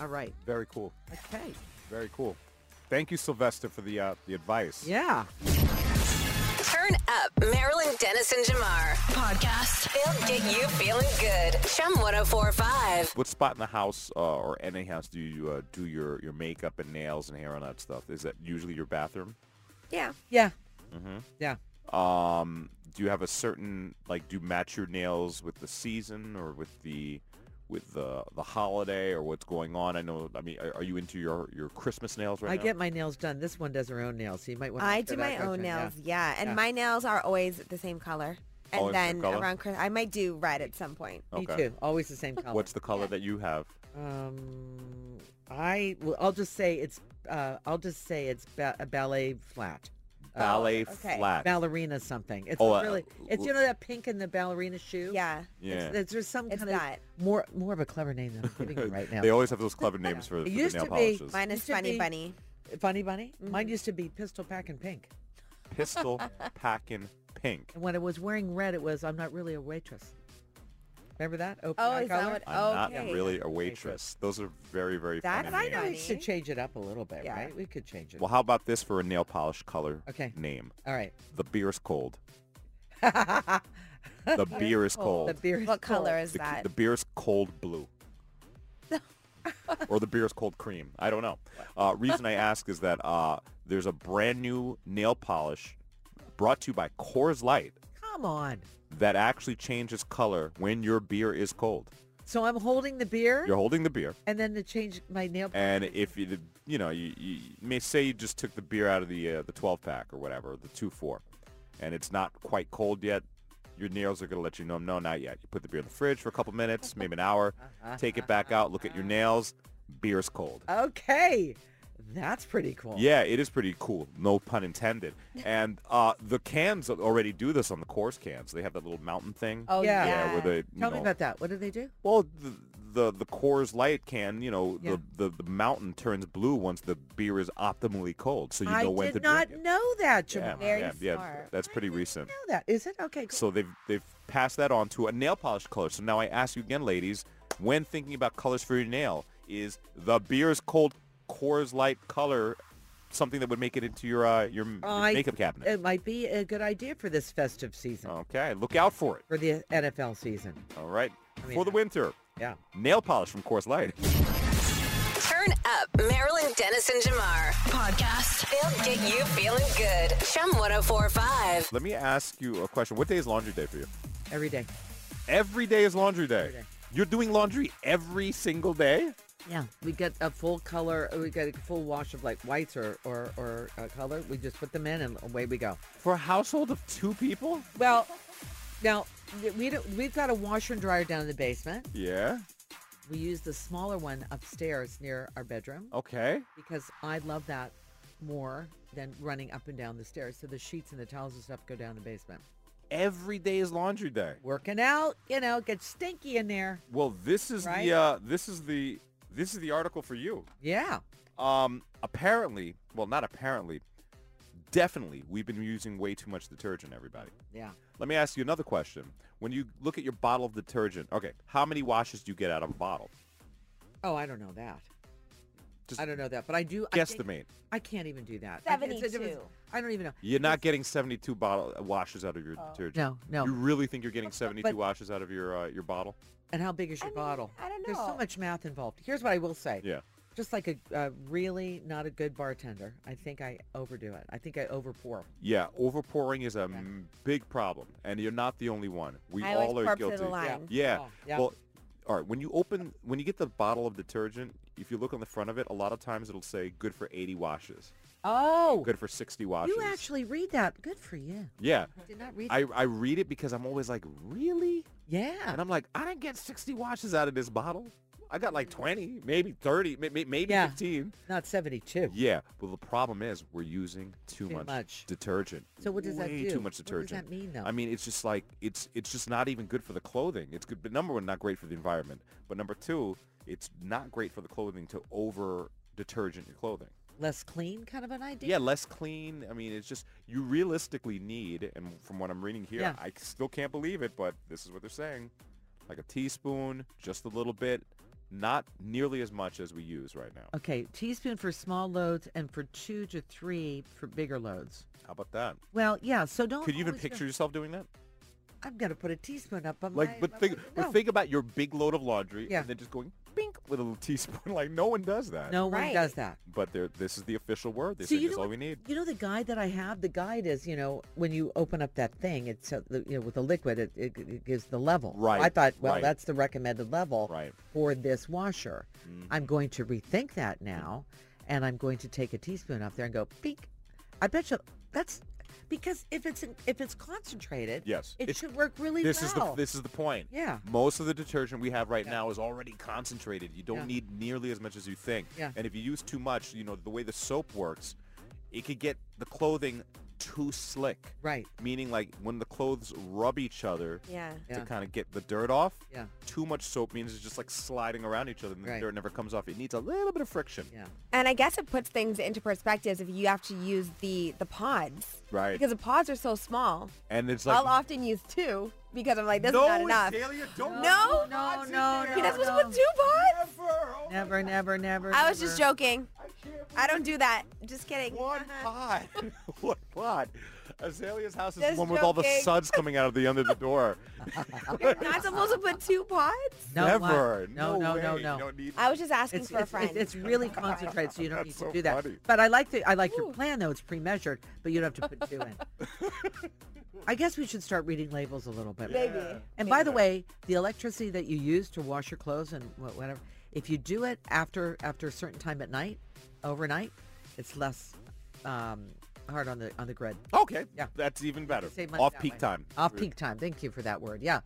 All right. Very cool. Okay. Very cool. Thank you, Sylvester, for the uh, the advice. Yeah. Turn up Marilyn Dennis and Jamar. Podcast. They'll get you feeling good. oh Chum 1045. What spot in the house uh, or any house do you uh, do your, your makeup and nails and hair and that stuff? Is that usually your bathroom? Yeah. Yeah. Yeah. Um, do you have a certain like? Do you match your nails with the season or with the with the the holiday or what's going on? I know. I mean, are, are you into your your Christmas nails right I now? get my nails done. This one does her own nails, so you might want. to I look do for my that own version, nails, yeah. And Yeah. my nails are always the same color. And Always the then same color? around Christmas, I might do red at some point. Me Okay. too. Always the same color. What's the color that you have? Um, I well, I'll just say it's. Uh, I'll just say it's ba- a ballet flat, Uh, Ballet okay. flat. ballerina something. It's Oh, uh, really. It's you know that pink in the ballerina shoe. Yeah. yeah. It's, it's- there's some It's kind that. of more more of a clever name than I'm giving you right now. They always have those clever names for, for It the used nail to be polishes. Mine is should funny be- bunny. Funny bunny. Mm-hmm. Mine used to be pistol pack and pink, Pistol packin' pink. and when it was wearing red, it was I'm not really a waitress. Remember that? Open Oh, eye is that color? what- I'm Okay. not really a waitress. Those are very very That's funny I know. names. We should change it up a little bit, Yeah. right? We could change it. Well, how about this for a nail polish color Okay. name? All right. The beer's cold. The beer is cold. The beer. is What cold. color is The, that? the beer's cold blue. or the beer's cold cream. I don't know. Uh, reason I ask is that uh, there's a brand new nail polish brought to you by Coors Light Come on. that actually changes color when your beer is cold. So I'm holding the beer, You're Eh. holding the beer, and then to change my nail. and if you, you know, you, you may say you just took the beer out of the uh, the 12 pack or whatever, the two four, and it's not quite cold yet. Your nails are gonna let you know, no, not yet. You put the beer in the fridge for a couple minutes, maybe an hour. Take it back out, look at your nails. Beer's cold. Okay, that's pretty cool. Yeah, it is pretty cool. No pun intended. And uh, the cans already do this on the course cans. They have that little mountain thing. Oh, Yeah. yeah. yeah, where they you Tell me know- about that. What do they do? well the the, the Coors Light can you know Yeah. the, the the mountain turns blue once the beer is optimally cold, so you know I when to did not drink it. know that, Yeah, Jamal. Very yeah, yeah, smart. that's pretty recent. Know that is it? Okay. Cool. So they've they've passed that on to a nail polish color. So now I ask you again, ladies, when thinking about colors for your nail, is the beer's cold Coors Light color something that would make it into your uh, your m- I- uh, makeup cabinet? It might Oh. be a good idea for this festive season, Okay, look out for it. for the NFL season. All right. for the winter. Yeah. Nail polish from Coors Light. Turn up Marilyn Dennis and Jamar. Podcast. They'll get you feeling good. oh Chum 1045. Let me ask you a question. What day is laundry day for you? every day. Every day is laundry day. day. You're doing laundry every single day? Yeah, we get a full color. We get a full wash of like whites or or, or uh, color. We just put them in, and away we go. For a household of two people? Well, now th- we don't, we've got a washer and dryer down in the basement. Yeah. We use the smaller one upstairs near our bedroom Okay. because I love that more than running up and down the stairs. So the sheets and the towels and stuff go down the basement. Every day is laundry day. Working out, you know, get stinky in there. Well, this is Right? the uh, this is the this is the article for you. Yeah. Um, apparently, well, not apparently, definitely, we've been using way too much detergent. Everybody. Yeah. Let me ask you another question. When you look at your bottle of detergent, okay, how many washes do you get out of a bottle? Oh, I don't know that. Just I don't know that, but I do. I think- guesstimate. I can't even do that. I- it's a difference- 72. I don't even know. You're not getting 72 bottle washes out of your Oh. detergent. No, no. You really think you're getting 72 But- washes out of your uh, your bottle? And how big is your bottle? I don't There's so know. much math involved. Here's what I will say. Yeah. Just like a, a really not a good bartender, I think I overdo it. I think I overpour. Yeah, overpouring is a m- big problem, and you're not the only one. We I always all are burp to the guilty. line. Yeah. Oh, yeah. Well, all right. When you open, when you get the bottle of detergent, if you look on the front of it, a lot of times it'll say good for 80 washes, Oh, good for 60 washes. you actually read that? Good for you. Yeah. Did not read. I, I read it because I'm always like, really? yeah. And I'm like, I didn't get 60 washes out of this bottle. I got like 20, maybe 30, may- may- maybe Yeah. 15. Not 72. Yeah. Well, the problem is we're using too, Too much. detergent. So what does that Way do? Too much What does that detergent. mean, though? I mean, it's just like it's it's just not even good for the clothing. It's good, but number one, not great for the environment. But number two, it's not great for the clothing to over detergent your clothing. Less clean, kind of an idea. Yeah, less clean. I mean, it's just you realistically need, and from what I'm reading here, Yeah. I still can't believe it, but this is what they're saying: like a teaspoon, just a little bit, not nearly as much as we use right now. Okay, teaspoon for small loads and for two to three for bigger loads. How about that? Well, yeah. So don't. Could you even always go- picture yourself doing that? I'm gonna put a teaspoon up on Like, my. but my think, window. but think about your big load of laundry, Yeah. and then just going bink with a little teaspoon. Like no one does that. No one Right. does that. But there, this is the official word. They So say you this is know all what- we need. You know the guide that I have. The guide is, you know, when you open up that thing, it's uh, the- you know with the liquid, it, it, it gives the level. So I Right, thought, well, right. that's the recommended level Right. Mm-hmm. for this washer. I'm going to rethink that now, and I'm going to take a teaspoon up there and go beak. I bet you that's because if it's in- if it's concentrated, Yes, it it's- should work really This is well. the this is the point. Yeah. Most of the detergent we have right now is already concentrated. You don't Yeah. need nearly as much as you think. Yeah. And if you use too much, you know the way the soap works, it could get the clothing too slick. Right. Meaning like when the clothes rub each other Yeah. Yeah. to kind of get the dirt off. Yeah. Too much soap means it's just like sliding around each other and the Right. dirt never comes off. It needs a little bit of friction. Yeah. And I guess it puts things into perspective if you have to use the the pods. Right. Because the pods are so small. And it's like I'll often use two because I'm like, this no, is not enough. Azalea, don't No? put No, pods in no, there. You're not supposed No. to put two pods? Never. Oh my Never, never, never. I was just never. joking. I can't I don't do that. Just kidding. One pot. One pot. Azalea's house is the Just one with all the joking. suds coming out of the under the door. You're not supposed to put two pods? No, one. Never. No, no, way. no, You no. don't need I was just asking It's, for a it's, friend. it's, it's really concentrated, so you don't That's need to so do that. funny. But I like the I like your plan though; it's pre-measured, but you don't have to put two in. I guess we should start reading labels a little bit. more. Maybe. And by the way, the electricity that you use to wash your clothes and wha- whatever, if you do it after after a certain time at night, overnight, it's less um, hard on the on the grid. Okay. Yeah. That's even better. Save money that Off peak way. time. Off peak time. Thank you for that word. Yeah.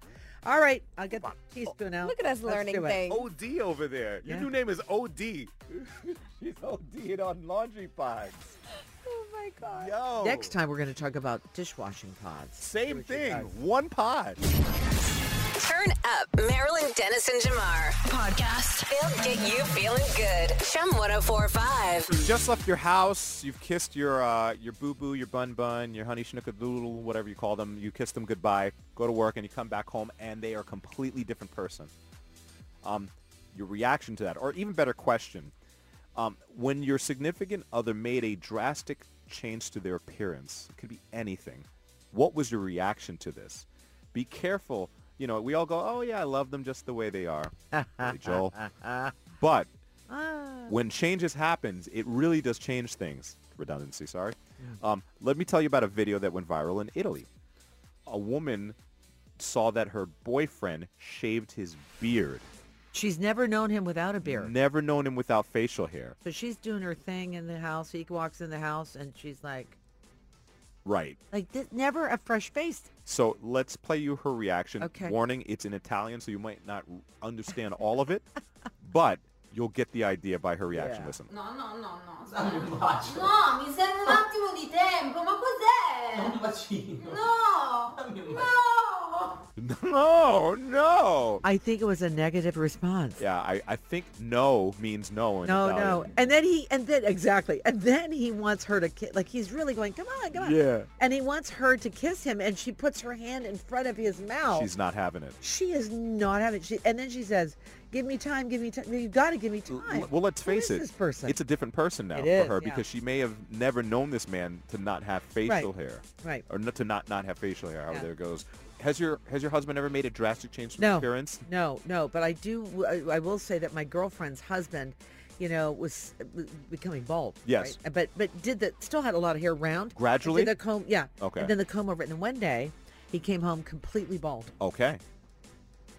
All right, I'll get the teaspoon out. Oh, Look at us Let's learning do it. things. OD over there. Your Yeah. new name is OD. She's OD'd on laundry pods. Oh my god. Yo. Next time we're going to talk about dishwashing pods. Same thing. One pod. Turn up Marilyn Dennis and Jamar. Podcast. They'll get you feeling good. oh Chum 1045. You just left your house. You've kissed your uh, your boo boo, your bun bun, your honey schnickadoodle, whatever you call them. You kiss them goodbye. Go to work and you come back home, and they are a completely different person. Um, your reaction to that, or even better, question: um, When your significant other made a drastic change to their appearance, it could be anything. What was your reaction to this? Be careful you know, we all go, oh, yeah, I love them just the way they are, Billy Joel. But when changes happens, it really does change things. Redundancy, sorry. Um, let me tell you about a video that went viral in Italy. A woman saw that her boyfriend shaved his beard. She's never known him without a beard. Never known him without facial hair. So she's doing her thing in the house. He walks in the house and she's like, Right. like this, never a fresh face. So let's play you her reaction. Okay. Warning, it's in Italian, so you might not understand all of it, but you'll get the idea by her reaction. Yeah. Listen. No, no, no, no. No, mi serve un attimo di tempo, ma cos'è? No! No! No, no. I think it was a negative response. Yeah, I, I think no means no in No, Italian. no. And then he, and then, exactly. And then he wants her to kiss, like he's really going, come on, come on. Yeah. And he wants her to kiss him and she puts her hand in front of his mouth. She's not having it. she is not having, she, and then she says, give me time, give me time. You got to give me L- time. Well, let's Who face is it. this person? It's a different person now It for is, her yeah. because she may have never known this man to not have facial hair, right. or not to not not have facial hair. However, Yeah. there it goes. Has your has your husband ever made a drastic change to no, appearance? No, no, but I do. I, I will say that my girlfriend's husband, you know, was uh, becoming bald. Yes. right? but but did the still had a lot of hair round. Gradually? did the comb, yeah. Okay. And then the comb over, it. and then one day he came home completely bald. Okay.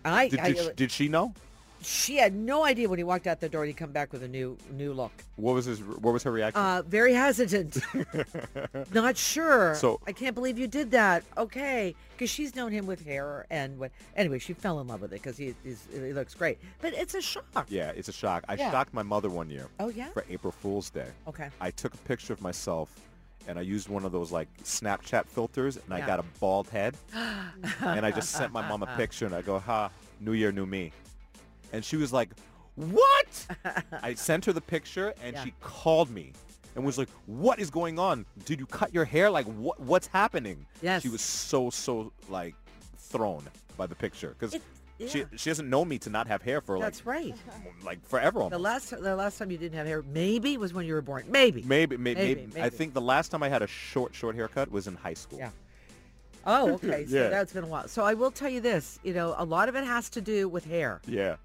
I, Did, I did, sh- did she know? she had no idea when he walked out the door. He'd come back with a new new look. What was his? What was her reaction? Uh, very hesitant. Not sure. So- I can't believe you did that. Okay, because she's known him with hair and what. Anyway, she fell in love with it because he he's, he looks great. But it's a shock. yeah, it's a shock. I yeah. shocked my mother one year Oh yeah. for April Fool's Day. Okay. I took a picture of myself, and I used one of those like Snapchat filters, and I Yeah. got a bald head, and I just sent my mom a picture, and I go, "Ha, New Year, new me," and she was like, "What?" I sent her the picture, and Yeah. she called me. And was like, "What is going on? Did you cut your hair? Like, what? What's happening?" Yes. She was so so like thrown by the picture because It's- she yeah. she hasn't known me to not have hair for like That's right. like forever The almost. last the last time you didn't have hair maybe was when you were born. Maybe. Maybe, may- Maybe, maybe, I maybe. think the last time I had a short, short haircut was in high school. Yeah. Oh, okay. So Yeah. that's been a while. So I will tell you this, you know, a lot of it has to do with hair. Yeah.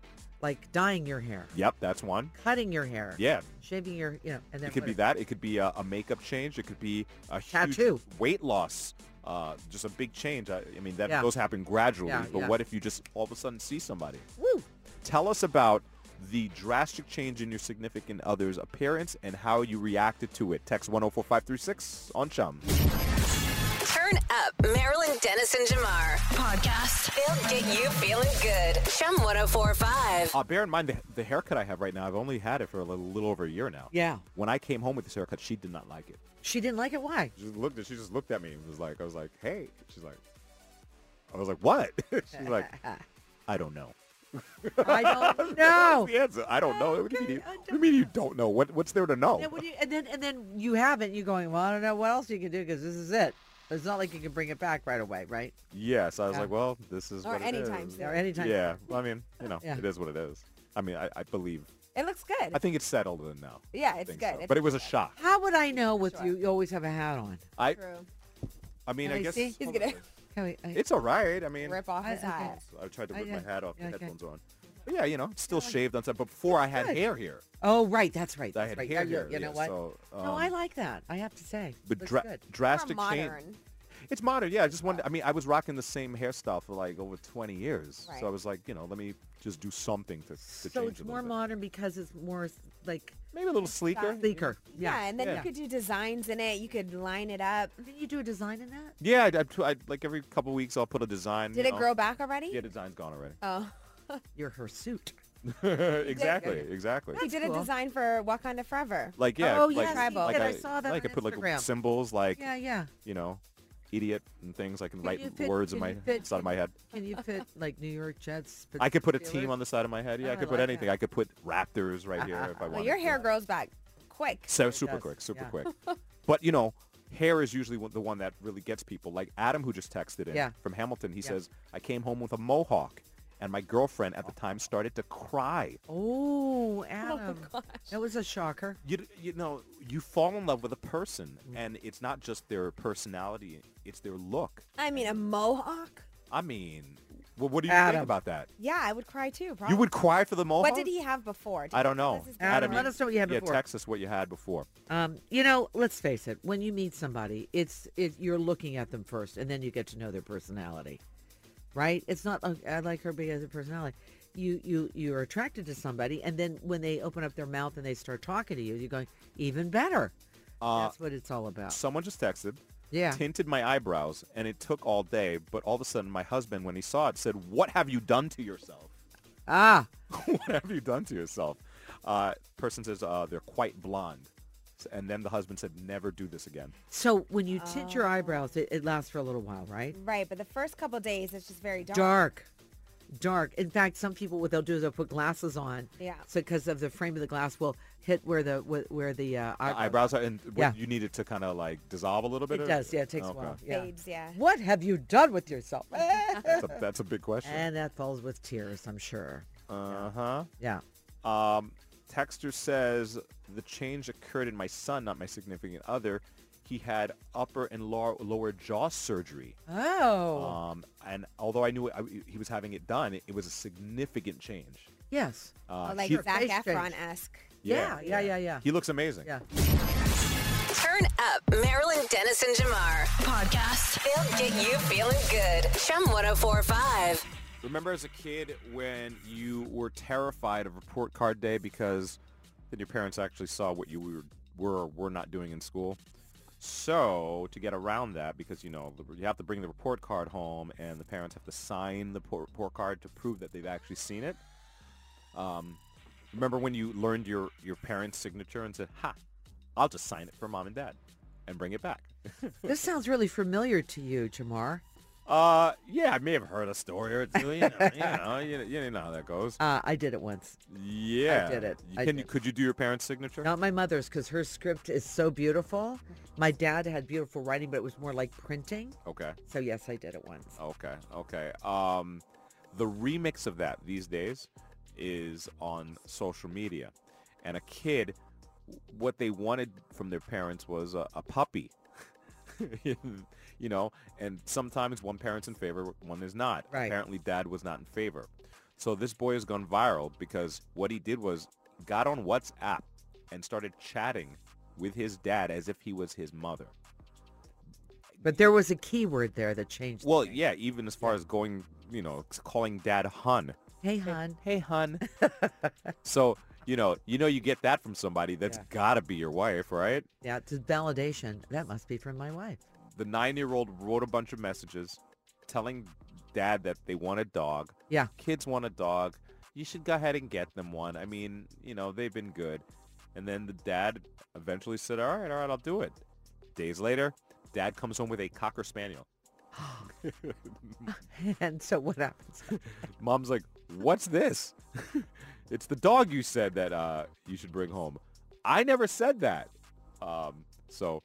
Like dyeing your hair, Yep, that's one. cutting your hair. Yeah. Shaving your, you know, and then It could be whatever. that. It could be a, a makeup change. It could be a huge Tattoo. weight loss. Uh, just a big change. I, I mean, that Yeah. those happen gradually. Yeah, but yeah. what if you just all of a sudden see somebody? Woo. Tell us about the drastic change in your significant other's appearance and how you reacted to it. Text 104536 on Chum. Turn up Marilyn Dennis and Jamar. Podcast. They'll get you feeling good. Chum 1045. Uh, bear in mind the, the haircut I have right now. I've only had it for a little, little over a year now. Yeah. When I came home with this haircut, she did not like it. She didn't like it. Why? She just looked at. She just looked at me and was like, "I was like, hey." She's like, "I was like, what?" She's like, "I don't know." I don't know. That's the answer. I don't know. What do you Okay, mean? You, I what do you mean you don't know? What What's there to know? And, what do you, and then and then you haven't. You going? Well, I don't know what else you can do because this is it. It's not like you can bring it back right away, right? yes, I was Yeah. like, "Well, this is Or what it anytime is." soon. Or anytime. Yeah, I mean, you know, Yeah. it is what it is. I mean, I, I believe. It looks good. I think it's settled in now. yeah, I it's think good. so. It's But it was a shock. How would I know with you? You always have a hat on. I true. I mean, Let I me guess see. He's He's hold on a gonna second. Can we- I- it's all right. I mean, rip off his I- I hat. I tried to I- rip my yeah. hat off, the Yeah, okay. Oh, headphones on. But yeah, you know, it's still shaved on top. But before I had Good. hair here. Oh, right. That's right. I That's had right. hair Yeah, here. you know yeah, what? So, um, no, I like that. I have to say. But Looks dra- good. drastic change. modern. It's modern, yeah. I just wanted. I mean, I was rocking the same hairstyle for like over 20 years, Right. so I was like, you know, let me just do something to, to So change it's it a more little bit. modern because it's more like Maybe a little sleeker. sleeker. Yeah. Yeah. and then Yeah. you could do designs in it. You could line it up. Did you do a design in that? Yeah, I'd, I'd, I'd- like every couple weeks I'll put a design. Did you it know. grow back already? Yeah, design's gone already. Oh, You're her suit. exactly, exactly. he did a cool. design for Wakanda Forever. Like yeah, Oh, like, yes, you like did. I saw that Like on I could put like Instagram. symbols, like Yeah, yeah. you know, idiot and things. I can write you fit- words in can my you fit- side of my head. Can you fit like New York Jets? I could put a Steelers? team on the side of my head. Yeah, Oh, I I could put like anything. that. I could put Raptors right here if I wanted. Well, your to. hair grows back quick. So super does, quick, super yeah. quick. But you know, hair is usually one- the one that really gets people. Like Adam, who just texted in Yeah. from Hamilton, he Yeah. says, "I came home with a mohawk, and my girlfriend at the time started to cry." Oh, Adam. That was a shocker. You d- you know, you fall in love with a person, Mm. and it's not just their personality; it's their look. I mean, a mohawk. I mean, Well, what do you Adam. think about that? Yeah, I would cry too. Probably. You would cry for the mohawk? What did he have before? I don't know. This is- Adam, Adam, let you- us know what you had yeah, before. text us what you had before. Um, you know, let's face it. When you meet somebody, it's it, you're looking at them first, and then you get to know their personality, right? It's not like I like her because of personality. You you you're attracted to somebody, and then when they open up their mouth and they start talking to you, you're going even better. Uh, That's what it's all about. Someone just texted. Yeah. Tinted my eyebrows, and it took all day, but all of a sudden my husband, when he saw it, said, what have you done to yourself? Ah, what have you done to yourself? Uh, person says uh, they're quite blonde. S- And then the husband said, never do this again. so when you tint Oh. your eyebrows, it, it lasts for a little while, right? Right, but the first couple days it's just very dark. dark dark in fact some people what they'll do is they'll put glasses on Yeah. so because of the frame of the glass will hit where the where, where the uh The eyebrows- eyebrows are, and what, Yeah. you need it to kind of like dissolve a little bit? it or- does yeah it takes Okay. a while yeah. Fades, yeah. what have you done with yourself That's a, that's a big question. and that falls with tears i'm sure Uh-huh. yeah Um, Texter says the change occurred in my son, not my significant other. He had upper and lower, lower jaw surgery. oh Um, and although I knew it, I, he was having it done, it, was a significant change. yes Uh, Oh, like he- Zac face change. Efron-esque. yeah yeah yeah yeah, He looks amazing. Yeah. Turn up Marilyn Dennis and Jamar. Podcast. They'll get you feeling good. oh Chum 1045. Remember as a kid when you were terrified of report card day because then your parents actually saw what you were, were or were not doing in school? So to get around that, because you know the- you have to bring the report card home, and the parents have to sign the po- report card to prove that they've actually seen it. Um, remember when you learned your your parents' signature and said, "Ha, I'll just sign it for mom and dad," and bring it back. this sounds really familiar to you jamar uh, yeah, I may have heard a story or two. You know, you know, you, you know how that goes. uh i did it once Yeah, did it. You- I Can did you it. could you do your parents' signature? Not my mother's, because her script is so beautiful. My dad had beautiful writing, but it was more like printing. Okay, So yes, I did it once. okay, okay. Um, the remix of that these days is on social media, and a kid, what they wanted from their parents was a, a puppy. you know, and sometimes one parent's in favor, one is not. Right. Apparently, dad was not in favor. So this boy has gone viral because what he did was got on WhatsApp and started chatting with his dad as if he was his mother. But there was a keyword there that changed. the Well, thing. yeah, even as far as going, you know, c- calling dad hun. Hey, hon. Hey, hun. so, you know, you know you get that from somebody that's Yeah. got to be your wife, right? Yeah, it's a validation. That must be from my wife. The 9-year-old wrote a bunch of messages telling dad that they want a dog. Yeah. Kids want a dog. You should go ahead and get them one. I mean, you know, they've been good. And then the dad eventually said, "All right, all right, I'll do it." Days later, dad comes home with a cocker spaniel. and so what happens? Mom's like, "What's this? it's the dog you said that uh, you should bring home. I never said that." Um, so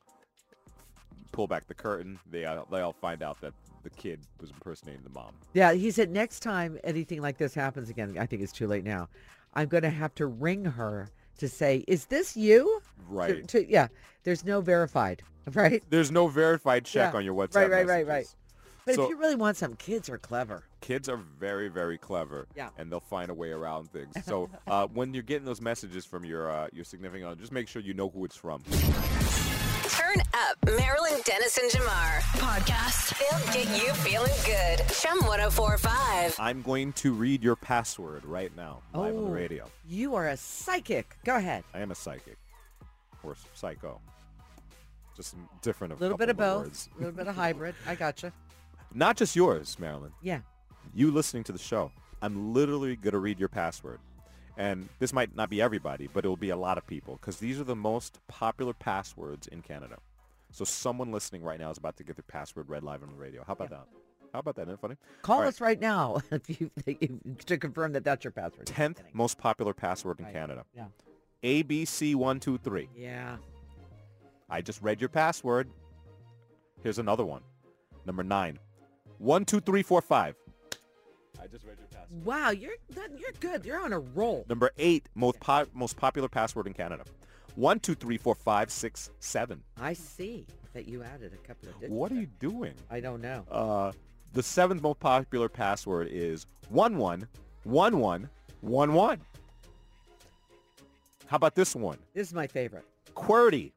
pull back the curtain. They uh, they all find out that the kid was impersonating the mom. Yeah, he said next time anything like this happens again, I think it's too late now. I'm going to have to ring her to say, "Is this you?" To- Right. to- yeah. There's no verified, right? There's no verified check Yeah. on your WhatsApp. Right, right, right, messages. But So- if you really want some, kids are clever. Kids are very, very clever, Yeah. and they'll find a way around things. So uh, when you're getting those messages from your uh, your significant other, just make sure you know who it's from. Turn up Marilyn Dennis and Jamar. Podcast. They'll get you feeling good. oh Chum 1045. I'm going to read your password right now live Oh. on the radio. You are a psychic. Go ahead. I am a psychic, or s- psycho. Just m- different. A of little bit of couple both. words. A little bit of hybrid. I gotcha. Not just yours, Marilyn. Yeah. You listening to the show. I'm literally going to read your password. And this might not be everybody, but it will be a lot of people because these are the most popular passwords in Canada. So someone listening right now is about to get their password read live on the radio. How about that? How about that? Isn't it funny? Call All right. us right now if you, to confirm that that's your password. 10th most popular password in Right. Canada. Yeah. ABC123. Yeah. I just read your password. Here's another one. Number nine. One, two, three, four, five. I just read your password. Wow, you're that- you're good. You're on a roll. Number eight, most po- most popular password in Canada. One, two, three, four, five, six, seven. I see that you added a couple of digits. What are there. you doing? I don't know. Uh, The seventh most popular password is one one one one one one. How about this one? This is my favorite. QWERTY.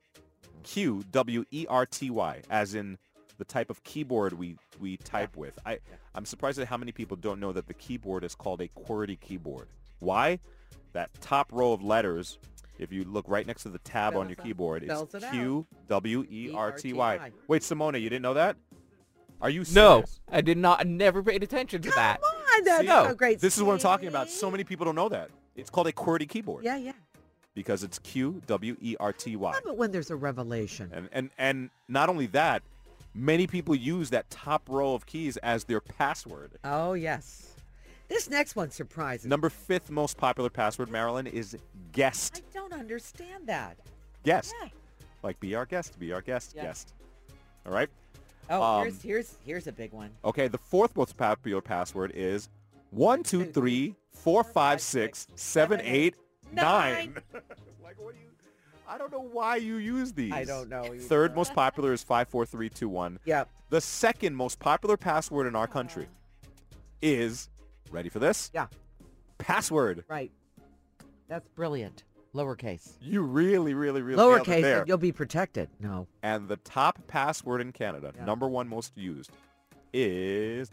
Q W E R T Y, as in the type of keyboard we, we type with. I, I'm surprised at how many people don't know that the keyboard is called a QWERTY keyboard. Why? That top row of letters, if you look right next to the tab on Spells your out- keyboard, spells it's it out. Q W E R T Y. E-R-T-Y. Wait, Simona, you didn't know that? Are you No, serious? I did not. I never paid attention to that. Come on, that's See? so great. This is what I'm talking about. See? So many people don't know that. It's called a QWERTY keyboard Yeah, yeah. because it's Q W E R T Y. I love it when there's a revelation. And and and not only that, many people use that top row of keys as their password. Oh, yes. This next one surprises me. Number fifth most popular password, Marilyn, is guest. I don't understand that. Guest. Yeah. Like be our guest, be our guest, Yeah. guest. All right. Oh, Um, here's here's here's a big one. Okay. The fourth most popular password is one two three four five six seven eight nine. Like what do you? I don't know why you use these. I don't know. either. Third most popular is five four three two one. Yep. The second most popular password in our country is, ready for this? Yeah. Password. Right. That's brilliant. Lowercase. You really, really, really nailed it Lowercase. there. and You'll be protected. No. And the top password in Canada, Yeah. number one most used, is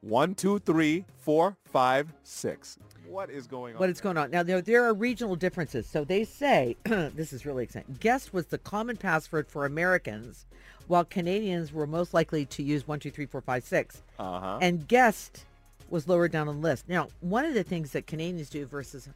one two three four five six. What is going on? What is going on now? There, there are regional differences. So they say this is really exciting. Guest was the common password for Americans, while Canadians were most likely to use one two three four five six. Uh huh. and guest was lower down on the list. Now, one of the things that Canadians do versus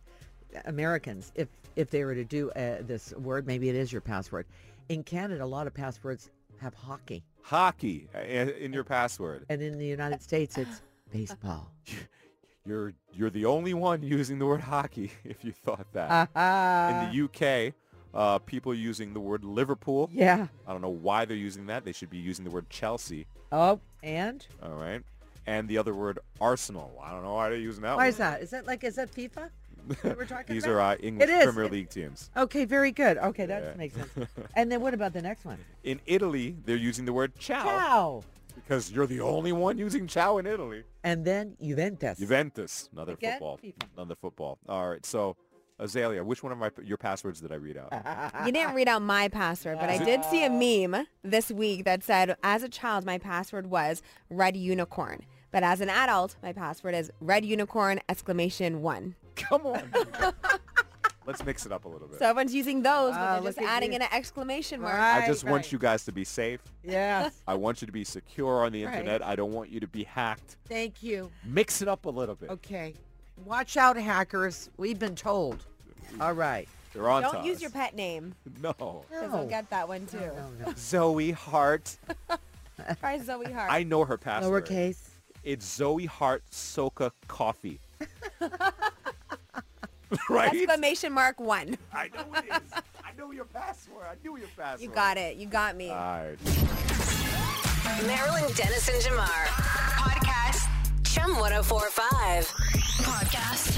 Americans, if if they were to do uh, this word, maybe it is your password. In Canada, a lot of passwords have hockey, Hockey uh, in your password. and in the United States, it's baseball. You're you're the only one using the word hockey. If you thought that. Ah, in the UK, uh, people using the word Liverpool. yeah. I don't know why they're using that. They should be using the word Chelsea. Oh, and All right. And the other word Arsenal. I don't know why they're using that why one. is that? Is that like is that FIFA? that we're talking These about? are uh, English It is. Premier It- League teams. Okay, very good. Okay, that Yeah. makes sense. And then what about the next one? In Italy, they're using the word ciao, Ciao. because you're the only one using ciao in Italy. And then Juventus. Juventus, another Again, football. FIFA. Another football. All right. So, Azalea, which one of my your passwords did I read out? Uh-huh. You didn't read out my password, but I did see a meme this week that said, as a child, my password was red unicorn. But as an adult, my password is red unicorn exclamation one. Come on. people. Let's mix it up a little bit. So everyone's using those, Wow, but they're Ah, look just at adding you. in an exclamation mark. I Right, just want right. you guys to be safe. Yes. I want you to be secure on the Right. internet. I don't want you to be hacked. Thank you. Mix it up a little bit. Okay. Watch out, hackers. We've been told. All right. They're on Don't use your pet name. No. Because we'll get that one too. Zoe Hart. Try Zoe Hart. I know her password. Lowercase. It's Zoe Hart Soca Coffee. right? Exclamation mark one. I know it is. I know your password. I knew your password. You got it. You got me. All right. Marilyn oh Dennis and Jamar. Podcast. Chum 1045. Podcast.